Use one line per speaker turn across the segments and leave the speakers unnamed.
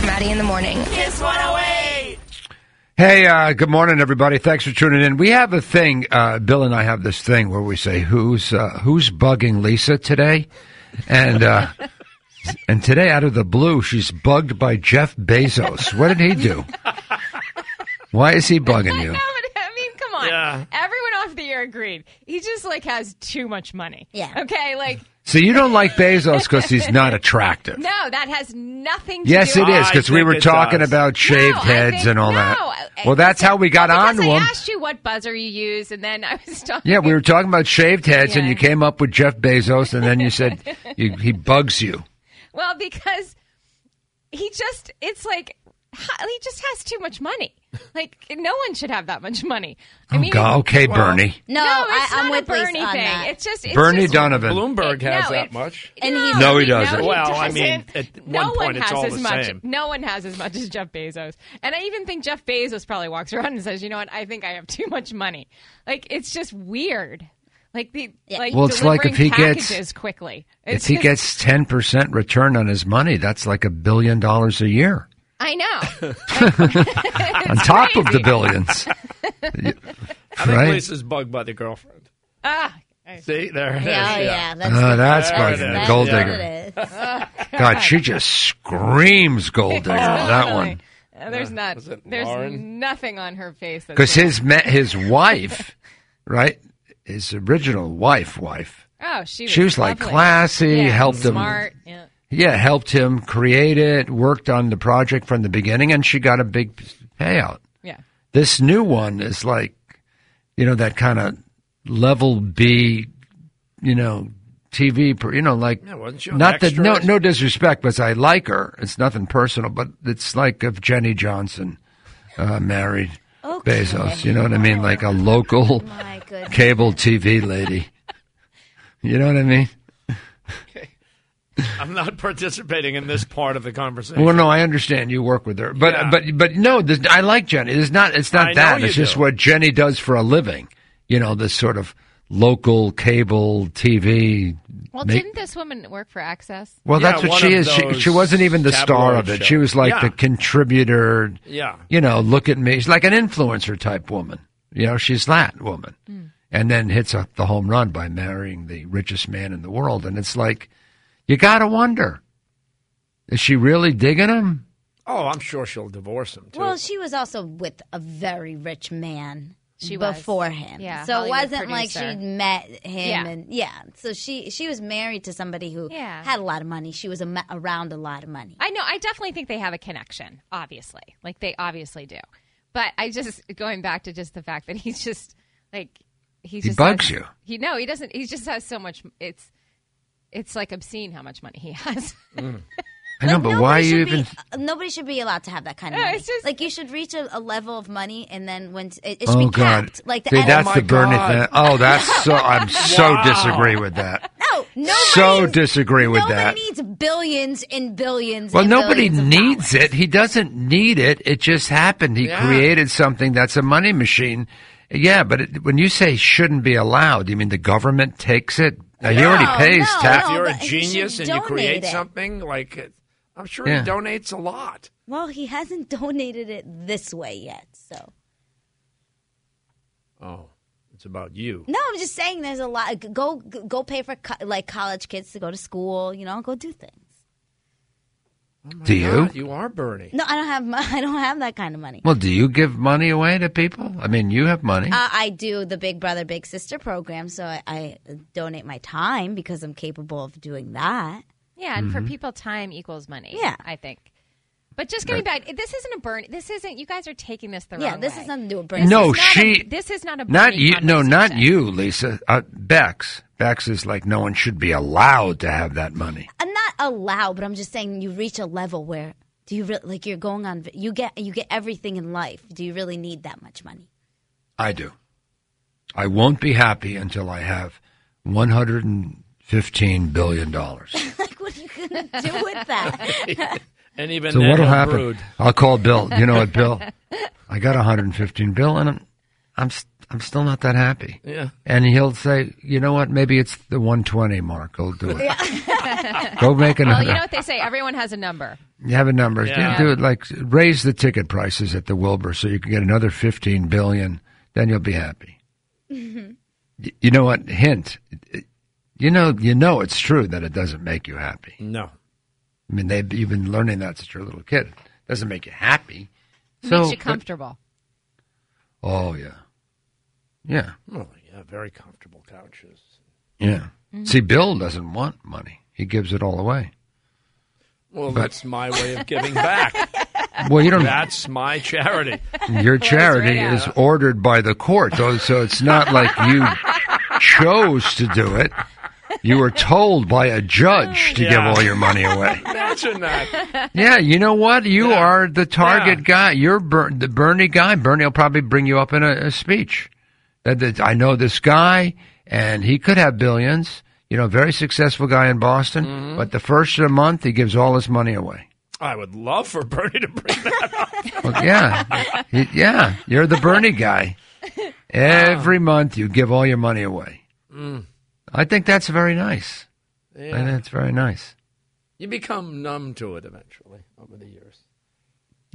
Maddie in the morning.
Kiss 108.
Hey, uh, good morning, everybody. Thanks for tuning in. We have a thing, uh, Bill and I have this thing where we say, "Who's uh, who's bugging Lisa today?" And uh, and today, out of the blue, she's bugged by Jeff Bezos. What did he do? Why is he bugging you?
No, but I mean, come on.
Yeah.
Everyone off the air agreed. He just like has too much money.
Yeah.
Okay. Like,
So you don't like Bezos because he's not attractive.
no, that has nothing. to
Yes,
do
it is
with-
because
I
we
think
were
it
talking
does.
about shaved
No, I
heads
think-
and all
no, I-
that. Well, that's how we got
Because
on to
I
him.
asked you what buzzer you use, and then I was talking.
Yeah, we were talking about shaved heads, and
Yeah.
you came up with Jeff Bezos, and then you said you, he bugs you.
Well, because he just, it's like, ha- he just has too much money. Like, no one should have that much money. I
Oh,
mean,
God. Okay, Bernie.
No,
no,
I,
it's
I'm
not
with
a Bernie
Lisa on
thing.
that.
It's just it's
Bernie
just-
Donovan.
Bloomberg
It-
has
no,
that
it-
much.
And
no,
he's-
No, he doesn't.
no, he
Well, I mean,
doesn't.
at
no
one
one,
point, it's
has
all
as
the
much.
same.
No one has as much as Jeff Bezos, and I even think Jeff Bezos probably walks around and says, "You know what? I think I have too much money." Like it's just weird. Like the
Yeah.
like
Well, it's like if
delivering
he gets-
packages quickly.
If
It's
he
just-
gets ten percent return on his money, that's like a billion dollars a year.
I know.
on top of the billions.
I think
Right.
Lisa's bugged by the girlfriend.
ah, I-
See, there it is.
Yeah, oh, yeah. That's,
Oh, that's
There it
fucking
is.
a gold
Yeah.
what
digger.
it is.
God, she just screams gold digger. That
totally.
one.
Uh, There's not.
was it
There's
Lauren?
nothing on her face. that's-
Because his ma- his wife, right, his original wife, wife,
oh, she was
she was like
lovely.
classy,
Yeah,
helped
smart.
him,
Yeah.
yeah, helped him create it, worked on the project from the beginning, and she got a big payout.
Yeah.
This new one is like, you know, that kind of level B, you know, TV, per, you know, like
Yeah, wasn't she on
not that no
Extras?
no disrespect, but I like her. It's nothing personal, but it's like if Jenny Johnson uh, married
Okay.
Bezos, you know what I mean, like a local
Oh, My goodness.
cable TV lady. You know what I mean?
I'm not participating in this part of the conversation.
Well, no, I understand you work with her, but
Yeah.
but but no, this, I like Jenny. It's not it's
I know
not that.
you
It's just
do.
what Jenny does for a living. You know, this sort of local cable TV.
Well,
make-
didn't this woman work for Access?
well,
Yeah,
that's what
one
she
of
is. She,
those
she wasn't even the star
tabloid
of it.
shows.
She was like
Yeah.
the contributor.
Yeah.
You know, look at me. She's like an influencer type woman. You know, she's that woman, and then hits up the home run by marrying the richest man in the world. And it's like, you gotta wonder, is she really digging him?
Oh, I'm sure she'll divorce him too.
Well, she was also with a very rich man
She was.
before him.
Yeah,
so it
Hollywood
wasn't like
producer.
she met him
Yeah.
and yeah. So she she was married to somebody who
Yeah.
had a lot of money. She was am- around a lot of money.
I know. I definitely think they have a connection, obviously. Like, they obviously do. But I just, going back to just the fact that he's just, like, he just.
bugs
has-
you.
He, no, he doesn't. He just has so much. It's, it's like obscene how much money he has.
I know, but
nobody
why are you
should be-
even?
uh, nobody should be allowed to have that kind of
No,
money.
it's just-
like you should reach a, a level of money, and then when t- it, it should
Oh
be
God!
capped. Like the
See,
end-
that's
Oh,
the
my
Bernie
God.
thing. Oh, that's so. I'm so disagree with that.
no, nobody
so disagree with
nobody
that.
needs billions and billions.
well,
and
nobody
billions of
needs
dollars.
it. He doesn't need it. It just happened. He
Yeah.
created something that's a money machine. Yeah, but it, when you say shouldn't be allowed, you mean the government takes it? Uh, he
No,
already pays
no,
tax.
if
no.
you're a
but he should
genius and you
donate
create
it.
something like, it- I'm sure
Yeah.
he donates a lot.
Well, he hasn't donated it this way yet. So
Oh, it's about you.
no, I'm just saying there's a lot. Go go pay for co- like college kids to go to school. You know, go do things.
Oh my
Do you?
God, you are Bernie.
No, I don't have mo- I don't have that kind of money.
Well, do you give money away to people? I mean, you have money.
Uh, I do the Big Brother Big Sister program, so I, I donate my time because I'm capable of doing that.
yeah, and
Mm-hmm.
for people, time equals money.
Yeah.
I think. But just getting back, this isn't a burn. This isn't. You guys are taking this the
yeah,
wrong
this
way.
has nothing to do with
This
Bernie.
No,
is not
Oh, she-
A, this is not a.
Not
Bernie
you. No, not
conversation.
you, Lisa. Uh, Bex. Bex is like no one should be allowed to have that money.
I'm not allowed, but I'm just saying you reach a level where do you really like you're going on? You get you get everything in life. Do you really need that much money?
I do. I won't be happy until I have one hundred and fifteen billion dollars.
Like, what are you gonna do with that?
And even
So
then
what'll
he'll
happen?
brood.
I'll call Bill. You know what, Bill? I got one hundred and fifteen bill, and I'm, I'm, st- I'm still not that happy.
Yeah.
And he'll say, you know what? Maybe it's the one twenty mark. He'll do it. Go make
Well, you
another.
know what they say. Everyone has a number.
You have a number.
Yeah.
Yeah, do it like raise the ticket prices at the Wilbur so you can get another fifteen billion. Then you'll be happy.
Mm-hmm.
Y- you know what? Hint. You know, you know it's true that it doesn't make you happy.
No.
I mean, they've, you've been learning that since you're a little kid. doesn't make you happy. So,
Makes you comfortable.
oh yeah, yeah,
Oh, yeah, very comfortable couches.
yeah. See, Bill doesn't want money. He gives it all away.
Well,
But-
that's my way of giving back.
Well, you don't.
that's my charity.
Your charity
right
is ordered by the court, though, so it's not like you chose to do it. You were told by a judge to give
Yeah.
all your money away.
Imagine that.
Yeah, you know what? You
Yeah.
are the target
Yeah.
guy. You're Ber- the Bernie guy. Bernie will probably bring you up in a, a speech. That, that I know this guy, and he could have billions. You know, very successful guy in Boston.
Mm-hmm.
But the first of the month, he gives all his money away.
I would love for Bernie to bring that.
Well, yeah, Y- yeah. You're the Bernie guy. Every month you give all your money away. I think that's very nice. I think
Mm. Yeah.
that's very nice.
You become numb to it eventually over the years.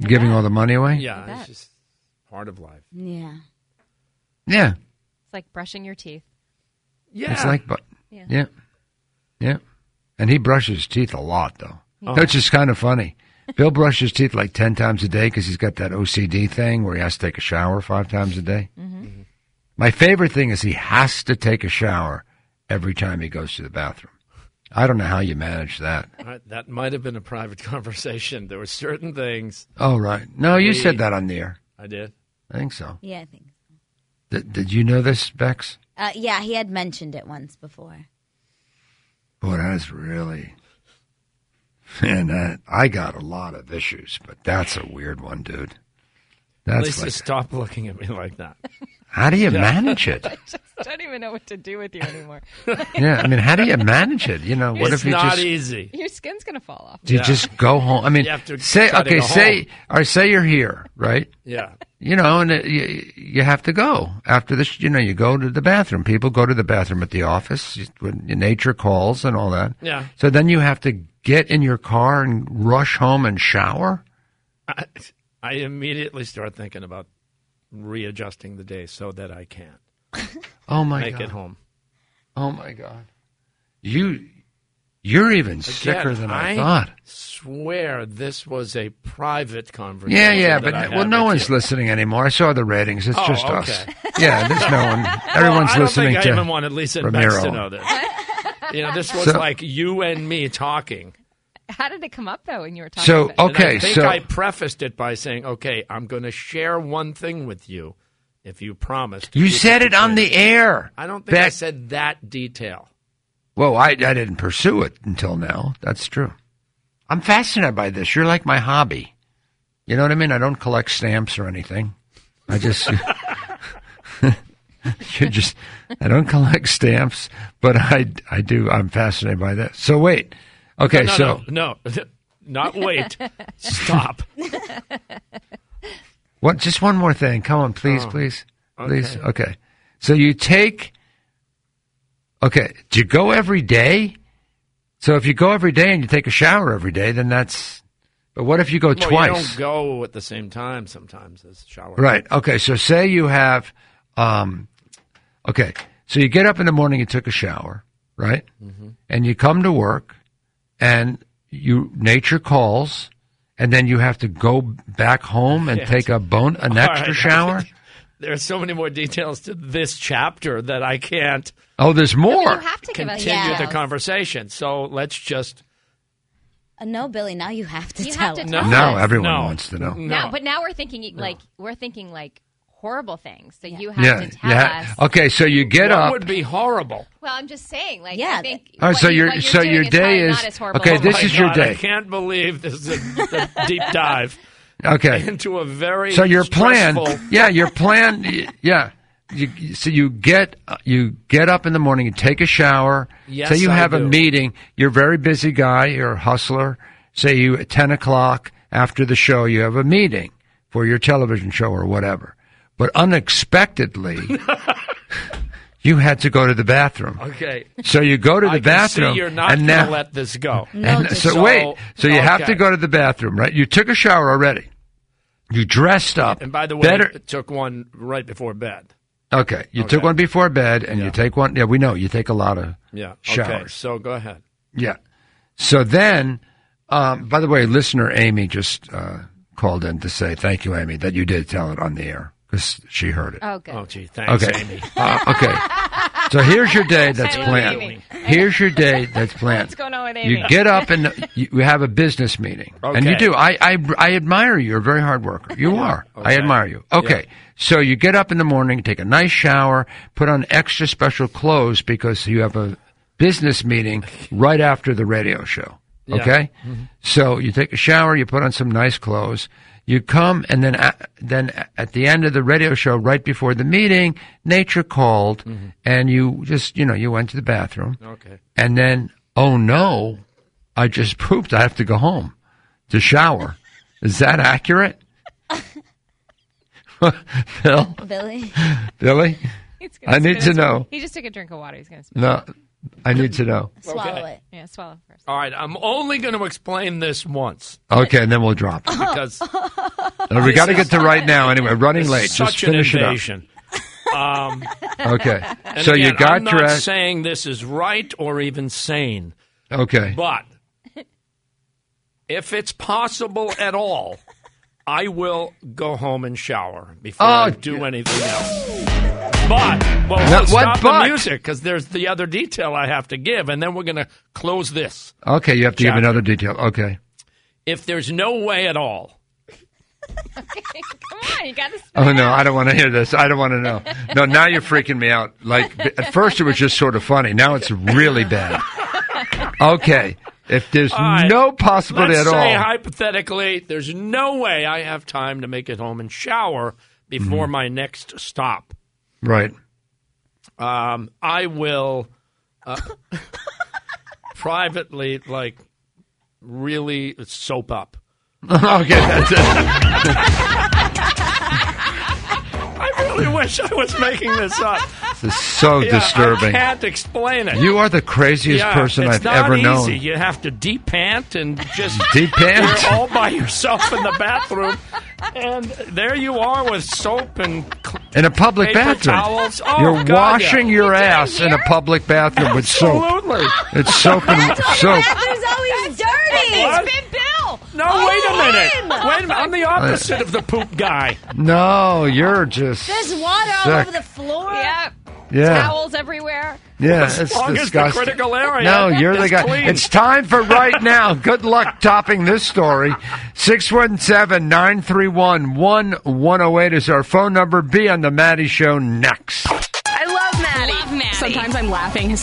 Giving all the money away.
Yeah,
bet.
it's just part of life.
Yeah.
yeah.
It's like brushing your teeth.
Yeah.
It's like, but yeah. yeah, And he brushes his teeth a lot, though,
Yeah.
which is kind of funny. Bill brushes his teeth like ten times a day because he's got that OCD thing where he has to take a shower five times a day.
Mm-hmm.
My favorite thing is he has to take a shower every time he goes to the bathroom. I don't know how you manage that.
I- that might have been a private conversation. There were certain things
Oh, right. No, you
We-
said that on the air.
I did.
I think so.
Yeah, I think.
Th- did you know this, Bex?
Uh, yeah, he had mentioned it once before.
Boy, that is really. Man, that, I got a lot of issues, but that's a weird one, dude. That's
Lisa,
like,
stop looking at me like that.
how do you manage it?
Just don't even know what to do with you anymore.
Yeah, I mean, how do you manage it? You know, what
it's
if you
not
just
easy.
Your skin's gonna fall off.
do you
Yeah.
just go home? I mean,
You have to
say
try to
okay,
go
say or say you're here, right?
Yeah.
You know, and it, you, you have to go after this. You know, you go to the bathroom. People go to the bathroom at the office you- when nature calls and all that.
Yeah.
So then you have to get in your car and rush home and shower.
I, I immediately start thinking about readjusting the day so that I can
Oh my
make
god!
it home.
Oh my god! You, you're even sicker
Again,
than I, thought.
Swear this was a private conversation.
Yeah, yeah,
that
but
I
n-
had
well, no
with
one's
you.
listening anymore. I saw the ratings. It's
Oh,
just us.
okay.
Yeah, there's no one.
Well,
Everyone's
I don't
listening
think
to.
I even wanted Lisa and Max to
Ramiro.
know this. You know, this was
So-
like you and me talking.
How did it come up though when you were talking? about
so
it?
And I
okay,
think
so
I prefaced it by saying, "Okay, I'm going to share one thing with you, if you promise." to
you
keep
said it on
between
the
us."
air.
I don't think I
Beck.
said that detail.
Well, I, I didn't pursue it until now. That's true. I'm fascinated by this. You're like my hobby. You know what I mean? I don't collect stamps or anything. I just. you just. I don't collect stamps, but I, I do. I'm fascinated by this. So wait. Okay,
No,
so.
no, no, not wait. Stop.
What? Just one more thing. Come on, please,
Oh,
please, please. Okay. So you take. Okay. Do you go every day? So if you go every day and you take a shower every day, then that's. But what if you go
Well, you
twice?
don't go at the same time sometimes as shower.
right. Okay. So say you have. Um, okay. So you get up in the morning, you took a shower, right?
Mm-hmm.
And you come to work, and you nature calls, and then you have to go back home and take a bone an extra
right.
shower.
There are so many more details to this chapter that I can't
Oh, there's more.
you have to give us
continue
yeah.
the
details.
conversation. So let's just
Uh, no, Billy, now you have to
You have
tell
to
him.
tell
No,
us.
everyone
No.
wants to know.
No,
No.
but now we're thinking like we're thinking like horrible things. So you have
yeah,
to tell
yeah. Oh.
us.
Okay, so you get
that
up.
would be horrible.
Well, I'm just saying, like
Yeah.
I think.
All
what
right, Oh, so
you-
your-
what you're
so
doing
your
is
day
probably
is-
not as horrible.
okay,
as
this
what
My
is your
God,
day.
I can't believe this is a, a deep dive
okay,
into a very
so your plan.
stressful-
Yeah, your plan. y- Yeah. You, so you get you get up in the morning, you take a shower.
Yes,
say you
I
have a
do.
meeting. You're a very busy guy. You're a hustler. Say you at ten o'clock after the show, you have a meeting for your television show or whatever. But unexpectedly, You had to go to the bathroom.
Okay.
So you go to the
I can see
bathroom,
you're not
and
going
now
to let this go.
No,
and
just-
so,
So-
wait. So you have to
okay.
go to the bathroom, right? You took a shower already. You dressed up.
And by the way,
better.
it took one right before bed.
Okay, you took
Okay.
one before bed, and you take one. Yeah, we know you take a lot of
Yeah. Okay.
showers.
So go ahead.
Yeah. So then, um, by the way, listener Amy just uh, called in to say thank you, Amy, that you did tell it on the air because she heard it.
Oh, good.
Oh, gee, thanks,
okay.
Amy.
Uh, okay. So here's your day that's
I love
planned.
Amy.
Here's your day that's planned. What's
going on with
You
Amy?
get up and you you have a business meeting, and you
Okay.
do. I, I I admire you. You're a very hard worker. You are. I
Okay.
admire you. Okay. So you get up in the morning, take a nice shower, put on extra special clothes because you have a business meeting right after the radio show. Okay. So you take a shower, you put on some nice clothes, you come, and then at, then at the end of the radio show, right before the meeting, nature called, and you just you know you went to the bathroom.
Okay.
And then, oh no, I just pooped. I have to go home to shower. Is that accurate? Phil,
Billy.
Billy,
He's gonna
I need to
spit it.
know.
He just took a drink of water. He's going to spit.
No, I need to know.
Swallow it.
Yeah, swallow first.
All right. I'm only going to explain this once
Okay, and then we'll drop. it.
because
Uh, we got to get to right now. Anyway, running
it's
late.
such
Just
an
finish it up.
invasion.
Okay.
And
So you
again,
got
I'm not
dressed.
saying this is right or even sane,
okay.
but if it's possible at all, I will go home and shower before
Oh,
I do anything else. But well,
No,
we'll
what
stop
but?
the music because there's the other detail I have to give, and then we're going to close this.
Okay, you have to give
Chapter.
another detail. Okay.
If there's no way at all,
Come on, you got to spit.
Oh no, I don't want to hear this. I don't want to know. No, now you're freaking me out. Like b- at first it was just sort of funny. Now it's really bad. Okay, if there's
right.
no possibility
let's
at
say
all,
hypothetically, there's no way I have time to make it home and shower before
Mm-hmm.
my next stop.
right?
um, I will uh, privately, like, really soap up.
Okay, that's it.
I really wish I was making this up.
This is so
Yeah,
disturbing.
I can't explain it.
You are the craziest
yeah,
person
it's
I've
not
ever
easy.
known.
You have to deep pant and just
Deep pant?
You're all by yourself in the bathroom, and there you are with soap and cl-
In a public
paper
bathroom,
towels. Oh,
you're
God,
washing
yeah.
your ass in a public bathroom with soap.
Absolutely.
It's soap and soap.
Bathroom's always dirty.
What?
Spit Bill.
No, wait a minute. Wait a minute. I'm the opposite of the poop guy.
No, you're just
There's water all
Sick.
over the floor.
Yeah.
yeah.
Towels everywhere.
Yeah,
As
it's
long as the
disgusting.
critical area
No, you're the
is
guy.
clean.
It's time for right now. Good luck topping this story. 617-931-1108 is our phone number. Be on the Maddie Show next.
I love Maddie.
Love Maddie.
Sometimes I'm laughing